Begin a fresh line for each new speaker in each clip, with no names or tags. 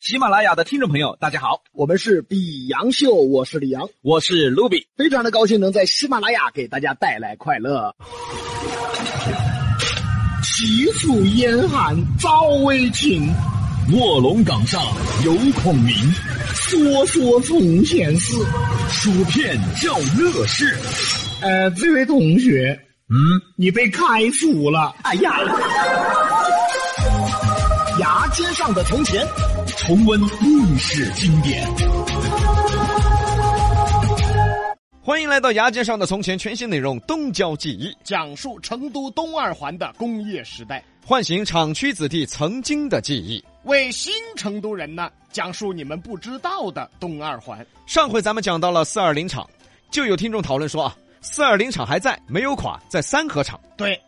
喜马拉雅的听众朋友，大家好，
我们是比杨秀，我是李阳，
我是卢比。
非常的高兴能在喜马拉雅给大家带来快乐。齐楚燕韩赵魏秦，
卧龙岗上有孔明，
说说从前事。
薯片叫乐事。
呃，这位同学，
嗯，
你被开除了。哎呀，牙尖上的从前，
重温历史经典。欢迎来到牙尖上的从前，全新内容东郊记忆，
讲述成都东二环的工业时代，
唤醒厂区子弟曾经的记忆。
为新成都人呢讲述你们不知道的东二环。
上回咱们讲到了四二零厂，就有听众讨论说啊，四二零厂还在，没有垮，在三河厂。
对，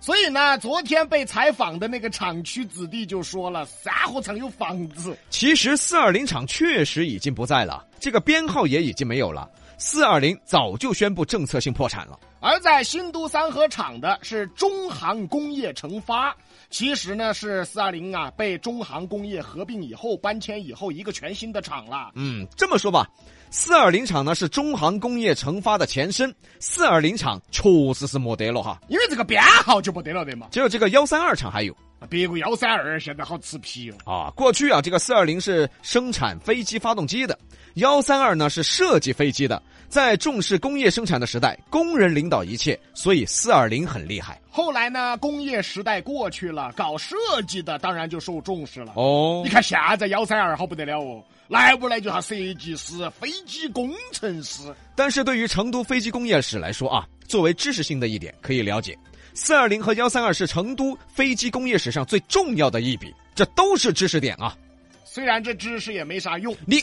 所以呢，昨天被采访的那个厂区子弟就说了，三河厂有房子。
其实四二零厂确实已经不在了，这个编号也已经没有了。四二零早就宣布政策性破产了。
而在新都三河厂的是中航工业城发，其实呢是四二零啊被中航工业合并以后搬迁以后一个全新的厂了。
嗯，这么说吧，四二零厂呢是中航工业城发的前身，四二零厂确实是没得了哈。
因为这个编号就不得了的嘛，
只有这个幺三二厂还有
别个幺三二现在好吃皮哦。
啊。过去啊，这个四二零是生产飞机发动机的，幺三二呢是设计飞机的。在重视工业生产的时代，工人领导一切，所以四二零很厉害
后来呢，工业时代过去了，搞设计的当然就受重视了。
哦
你看现在幺三二好不得了哦，来不来就啥设计师、飞机工程师，
但是对于成都飞机工业史来说啊，作为知识性的一点可以了解，四二零和幺三二是成都飞机工业史上最重要的一笔，这都是知识点啊。
虽然这知识也没啥用。
你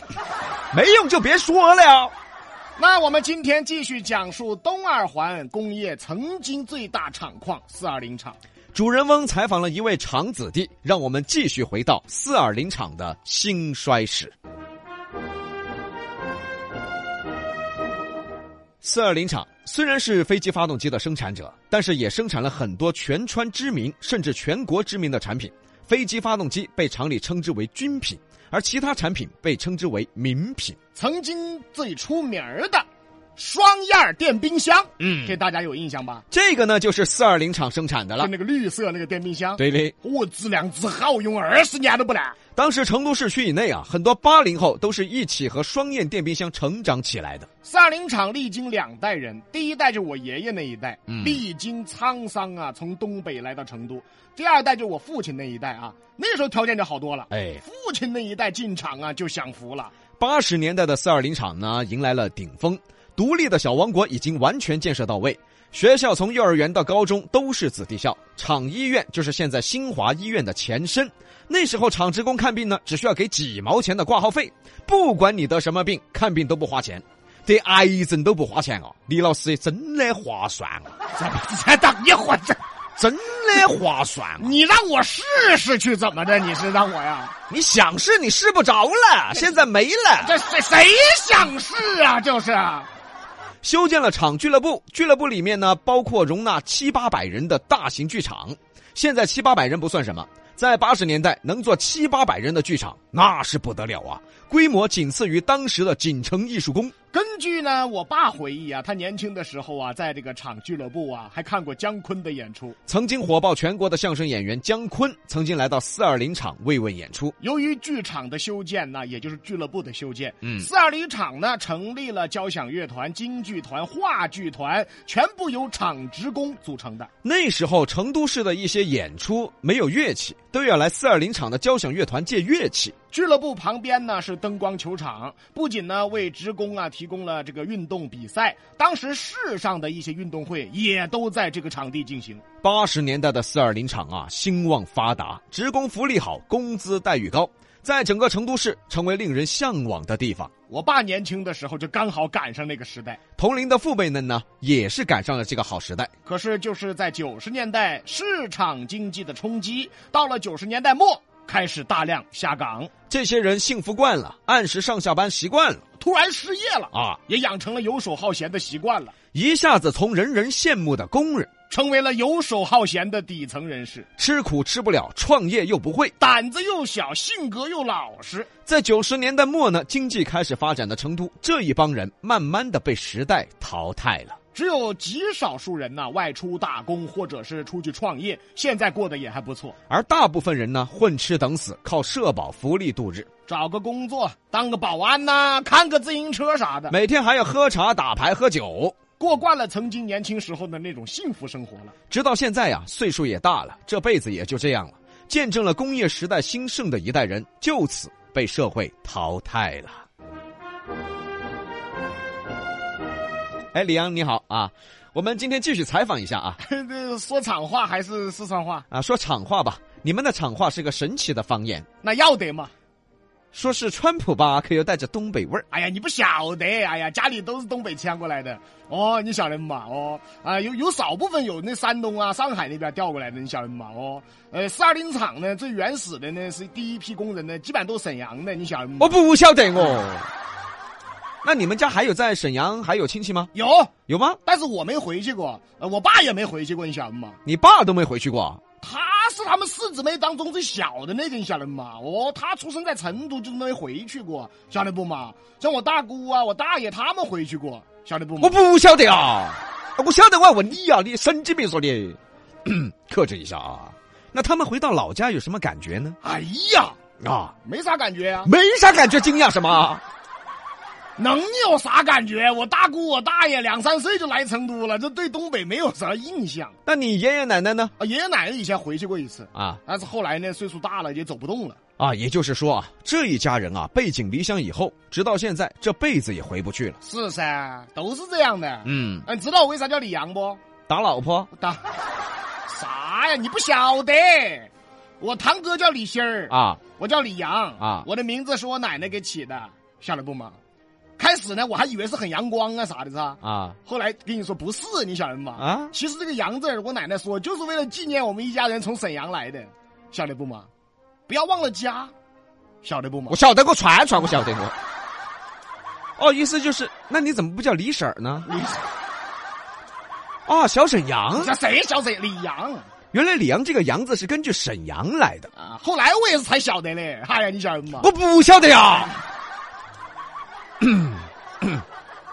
没用就别说了呀。
那我们今天继续讲述东二环工业曾经最大厂矿四二零厂。
主人翁采访了一位厂子弟，让我们继续回到四二零厂的兴衰史。四二零厂虽然是飞机发动机的生产者，但是也生产了很多全川知名甚至全国知名的产品。飞机发动机被厂里称之为军品，而其他产品被称之为民品。
曾经最出名儿的双燕儿电冰箱，
嗯
这大家有印象吧？
这个呢，就是四二零厂生产的
就
了。
那个绿色那个电冰箱，
对嘞，
我质量之好，用二十年都不烂。
当时成都市区以内啊，很多八零后都是一起和双燕电冰箱成长起来的。
四二零厂历经两代人，第一代就我爷爷那一代，历经沧桑啊，从东北来到成都；第二代就我父亲那一代啊，那时候条件就好多了。
哎，
父亲那一代进厂啊，就享福 了。
八十年代的四二零厂呢，迎来了顶峰，独立的小王国已经完全建设到位，学校从幼儿园到高中都是子弟校，厂医院就是现在新华医院的前身。那时候厂职工看病呢，只需要给几毛钱的挂号费，不管你得什么病，看病都不花钱，得癌症都不花钱哦。李老师真的划算啊，
才等一会儿，这
真的划算啊！
你让我试试去怎么的？你是让我呀？
你想试你试不着了，现在没了。
这谁谁想试啊？就是
修建了厂俱乐部，俱乐部里面呢包括容纳七八百人的大型剧场。现在七八百人不算什么，在八十年代能做七八百人的剧场那是不得了啊，规模仅次于当时的锦城艺术宫。
根据呢我爸回忆啊，他年轻的时候啊，在这个厂俱乐部啊，还看过姜昆的演出。
曾经火爆全国的相声演员姜昆，曾经来到四二零厂慰问演出。
由于剧场的修建呢，也就是俱乐部的修建，
嗯
四二零厂呢成立了交响乐团、京剧团、话剧团，全部由厂职工组成的。
那时候成都市的一些演出没有乐器，都要来四二零厂的交响乐团借乐器。
俱乐部旁边呢是灯光球场，不仅呢为职工啊提供了这个运动比赛，当时市上的一些运动会也都在这个场地进行。
八十年代的四二零厂啊，兴旺发达，职工福利好，工资待遇高，在整个成都市成为令人向往的地方。
我爸年轻的时候就刚好赶上那个时代，
同龄的父辈们呢，也是赶上了这个好时代。
可是就是在九十年代市场经济的冲击，到了九十年代末开始大量下岗。
这些人幸福惯了，按时上下班习惯了
突然失业了，
啊，
也养成了游手好闲的习惯了。
一下子从人人羡慕的工人
成为了游手好闲的底层人士，
吃苦吃不了，创业又不会。
胆子又小，性格又老实。
在九十年代末呢，经济开始发展的成都，这一帮人慢慢的被时代淘汰了。
只有极少数人呢、外出打工或者是出去创业，现在过得也还不错，
而大部分人呢，混吃等死，靠社保福利度日，
找个工作，当个保安呐、看个自行车啥 的，
每天还要喝茶、打牌、喝酒。
过惯了曾经年轻时候的那种幸福生活了。
直到现在呀、岁数也大了，这辈子也就这样了。见证了工业时代兴盛的一代人，就此被社会淘汰了。哎，李阳你好啊，我们今天继续采访一下啊
这说厂话还是四川话，
啊，说厂话吧。你们的厂话是个神奇的方言，
那要得嘛。
说是川普吧，可又带着东北味儿。
哎呀，你不晓得，哎呀，家里都是东北迁过来的。哦，你晓得嘛？哦，啊，有有少部分有那山东啊、上海那边调过来的，你晓得嘛？哦，呃，四二零厂呢，最原始的呢是第一批工人呢，基本都是沈阳的，你晓得
我
嘛？
不晓得哦。那你们家还有在沈阳还有亲戚吗？
有，
有吗？
但是我没回去过，呃，我爸也没回去过，你晓得嘛？
你爸都没回去过，啊
他是他们四姊妹当中最小的那个，你晓得嘛？哦，他出生在成都，就没回去过，晓得不嘛？像我大姑啊、我大爷他们回去过，晓得不嘛
我？不晓得啊。我晓得，我还问你呀、你神经病说的， 克制一下啊。那他们回到老家有什么感觉呢？
哎呀，
啊，
没啥感觉呀、
没啥感觉，惊讶什么？啊
能有啥感觉？我大姑我大爷两三岁就来成都了，这对东北没有啥印象。
那你爷爷奶奶呢？
啊，爷爷奶奶以前回去过一次，
啊
但是后来呢，岁数大了也走不动了。
啊，也就是说啊，这一家人啊，背井离乡以后，直到现在这辈子也回不去了。
是噻，都是这样的。
嗯，
嗯，你知道我为啥叫李阳不？
打老婆
大 啥呀？你不晓得？我堂哥叫李鑫儿，
啊，
我叫李阳
啊
我的名字是我奶奶给起的，晓得不嘛？开始呢，我还以为是很阳光啊啥的，是吧？
啊
后来跟你说不是，你晓得吗？
啊
其实这个“阳”字儿，我奶奶说就是为了纪念我们一家人从沈阳来的，晓得不嘛？不要忘了家，晓得不嘛
我？晓得，我串串，我晓得我。哦，意思就是，那你怎么不叫李婶儿呢？
你
啊，小沈阳，
这谁晓得李阳
原来李阳这个“阳”字是根据沈阳来的。
啊？后来我也是才晓得嘞。哎呀，你晓得吗？
我不晓得呀。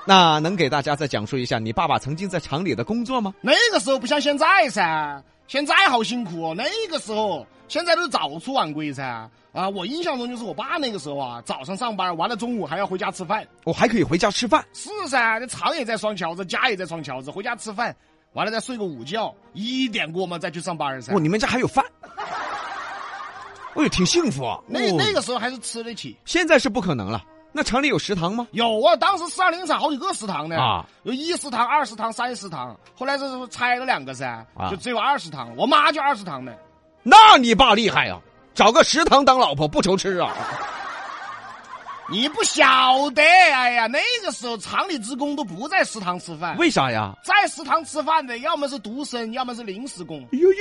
那能给大家再讲述一下你爸爸曾经在厂里的工作吗？
那个时候不像现在噻，现在好辛苦哦。那个时候，现在都是早出晚归噻。啊，我印象中就是我爸那个时候啊，早上上班，完了中午还要回家吃饭。
我还可以回家吃饭。
是噻，那厂也在双桥子，家也在双桥子，回家吃饭，完了再睡个午觉，一点过嘛再去上班噻
哦，。你们家还有饭？哎呦，挺幸福啊。
那
哦
那个时候还是吃得起。
现在是不可能了。那厂里有食堂吗？
有啊，当时四二零厂好几个食堂呢，
啊
有一食堂、二食堂、三食堂，后来这是拆了两个噻，
啊
就只有二食堂。我妈就二食堂的，
那你爸厉害啊，找个食堂当老婆不愁吃啊。
你不晓得，哎呀，那个时候厂里职工都不在食堂吃饭，
为啥呀？
在食堂吃饭的要么是独生，要么是临时工。
呦呦呦呦呦，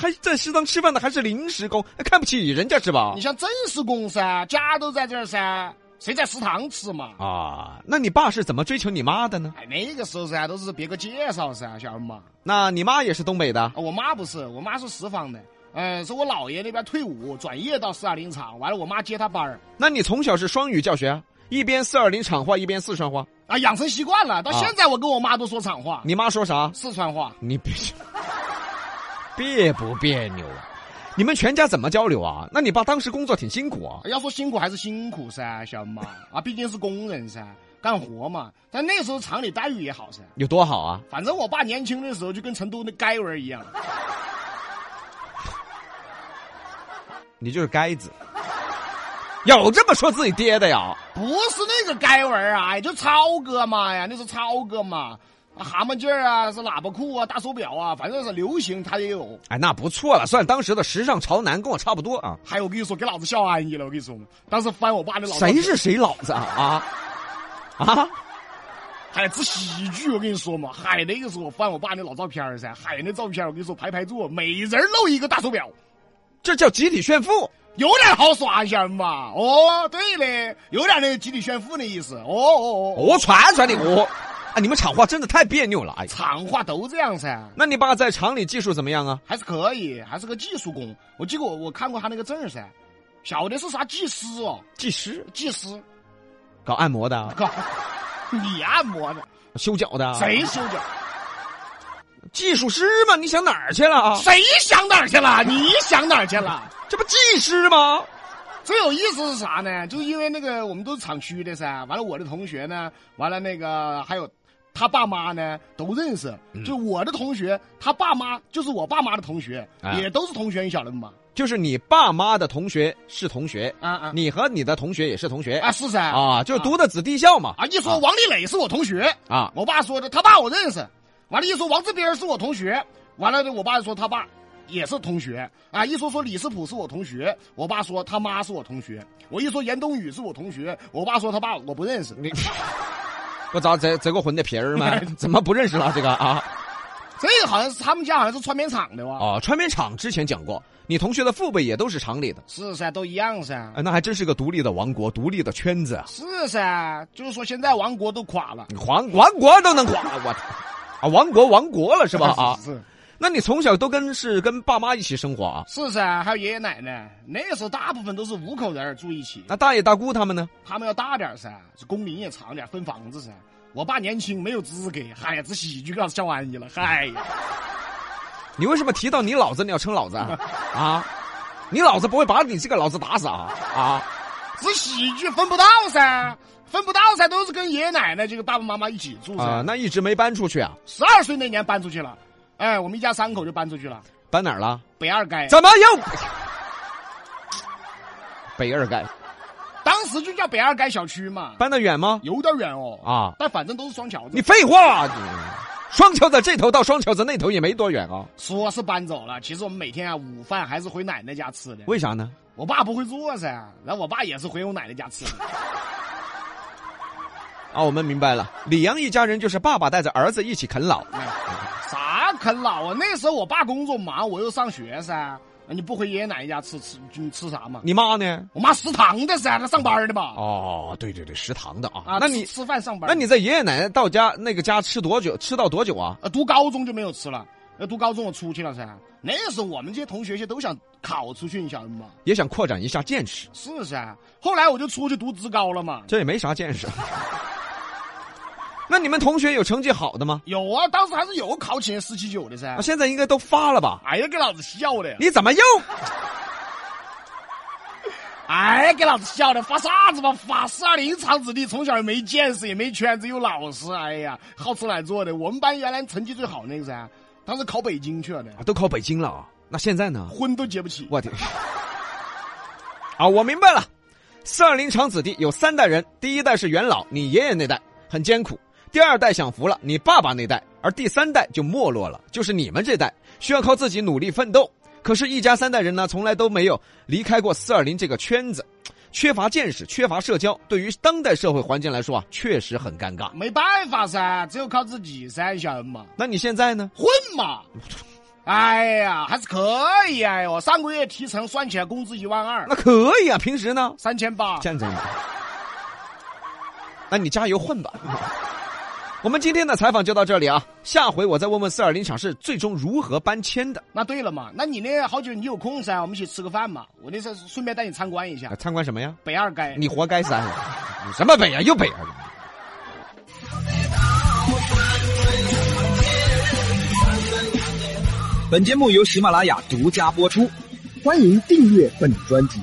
还在食堂吃饭的还是临时工，哎看不起人家是吧
你？像正式工噻，家都在这儿噻，谁在食堂吃嘛？
啊，那你爸是怎么追求你妈的呢？
哎，那个时候噻，都是别个介绍噻，晓得吗？
那你妈也是东北的
啊，我妈不是，我妈是什坊的，呃，是我姥爷那边退伍转业到四二零厂，完了我妈接他班儿，
那你从小是双语教学啊？一边四二零厂话，一边四川话。
啊，养成习惯了，到
啊
现在我跟我妈都说厂话，
你妈说啥？
四川话，
你别 别不别扭啊？你们全家怎么交流啊？那你爸当时工作挺辛苦啊？
要说辛苦还是辛苦噻，晓得吗？啊，毕竟是工人噻，干活嘛，但那时候厂里待遇也好噻。
有多好啊？
反正我爸年轻的时候就跟成都那街儿一样，
你就是该子，有这么说自己爹的呀？
不是那个街儿啊，就超哥嘛呀，那是超哥嘛，啊蛤蟆镜儿啊，是喇叭裤啊，大手表啊，反正是流行他也有。
哎，那不错了，算当时的时尚潮男，跟我差不多啊。
还有我跟你说，给老子笑安逸了。我跟你说嘛，当时翻我爸那老照
谁
片
是谁老子啊？啊啊！
还是喜剧？我跟你说嘛，嗨，那个时候翻我爸那老照片儿噻，嗨，那照片儿我跟你说排排坐，每人露一个大手表，
这叫集体炫富。
有点好耍，晓得嘛？哦，对嘞，有点那个集体炫富那意思。哦哦哦，
我传传你我，啊，你们厂话真的太别扭了，哎。
厂话都这样噻，
那你爸在厂里技术怎么样啊？
还是可以，还是个技术工。我记得我我看过他那个证儿噻，晓得是啥技师哦，
技师，
技师，
搞按摩的啊，
靠， 你按摩的，
修脚的啊，
谁修脚？
技术师嘛？你想哪儿去了啊？
谁想哪儿去了？你想哪儿去了？
这不技师吗？
最有意思是啥呢？就是因为那个我们都是厂区的噻，完了我的同学呢，完了那个还有他爸妈呢都认识，就我的同学他爸妈就是我爸妈的同学，
啊
也都是同学，你晓得吗？
就是你爸妈的同学是同学，
啊啊
你和你的同学也是同学
啊是噻
啊，就读的子弟校嘛
啊！一说王立磊是我同学，
啊，
我爸说的，他爸我认识。完了，一说王志斌是我同学，完了我爸说他爸也是同学啊。一说说李世普是我同学，我爸说他妈是我同学。我一说严冬雨是我同学，我爸说他爸我不认识。
你不咋这这个混的皮儿
哎
吗？怎么不认识了这个啊？
这个好像是他们家好像是穿棉厂的吧？
哦，川棉厂之前讲过，你同学的父辈也都是厂里的，
是噻，都一样噻。
哎，那还真是个独立的王国，独立的圈子啊，
是噻，就是说现在王国都垮了，，
王王国都能垮，我啊，王国亡国了是吧？啊
是
那你从小都跟是跟爸妈一起生活啊？
是噻，还有爷爷奶奶，那个时候大部分都是五口人儿住一起，
那大爷大姑他们呢？
他们要大点儿噻，这工龄也长点儿，分房子噻。我爸年轻没有资格，嗨呀，这喜剧给老子笑安逸了，嗨 呀，
你为什么提到你老子，你要称老子 啊？啊，你老子不会把你这个老子打死啊？啊，
这喜剧分不到噻，分不到噻，都是跟爷爷奶奶这个爸爸妈妈一起住
啊、
噻。
那一直没搬出去啊？
十二岁那年搬出去了，哎，我们一家三口就搬出去了，
搬哪儿了？
北二街，
怎么又？北二街
当时就叫北二街小区嘛，
搬得远吗？
有点远哦，
啊，
但反正都是双桥子。
你废话，你双桥子这头到双桥子那头也没多远啊？
说是搬走了，其实我们每天啊午饭还是回奶奶家吃的。
为啥呢？
我爸不会做噻，然后我爸也是回我奶奶家吃 的。
啊，我们明白了，李阳一家人就是爸爸带着儿子一起啃老。
啥啃老啊？那时候我爸工作忙，我又上学噻，你不回爷爷奶奶家吃吃你吃啥嘛？
你妈呢？
我妈食堂的噻，她上班的嘛。
哦，对对对，食堂的啊。
啊，
那
吃
你
吃饭上班？
那你在爷爷奶奶到家那个家吃多久？吃到多久啊？
呃读高中就没有吃了，呃读高中我出去了噻。那时候我们这些同学些都想考出去，你晓得吗？
也想扩展一下见识，
是噻。后来我就出去读职高了嘛。
这也没啥见识。 那你们同学有成绩好的吗？
有啊，当时还是有个考起十七九的噻
啊，。现在应该都发了吧？
哎呀，给老子笑的！
你怎么又？
哎，给老子笑的，发啥子吧？发四二零厂子弟，从小也没见识，也没圈子，又老实。哎呀，好吃懒做的。我们班原来成绩最好那个噻，当时考北京去了的
啊，都考北京了啊？那现在呢？
婚都结不起。
我的啊，我明白了。四二零厂子弟有三代人，第一代是元老，你爷爷那代很艰苦；第二代享福了，你爸爸那代；而第三代就没落了，就是你们这代，需要靠自己努力奋斗。可是，一家三代人呢，从来都没有离开过四二零这个圈子，缺乏见识，缺乏社交，对于当代社会环境来说啊，确实很尴尬。
没办法噻，只有靠自己噻，小人嘛，
那你现在呢？
混嘛。哎呀，还是可以。哎呦，上个月提成算起来工资一万二，
那可以啊，平时呢？
三千八。
这样子，那你加油混吧。我们今天的采访就到这里啊，下回我再问问四二零厂是最终如何搬迁的。
那对了嘛，那你那好久你有空噻，我们一起吃个饭嘛。我那是顺便带你参观一下
啊参观什么呀？
北二街。
你活该三，你什么北呀、又北啊！
本节目由喜马拉雅独家播出。
欢迎订阅本专辑。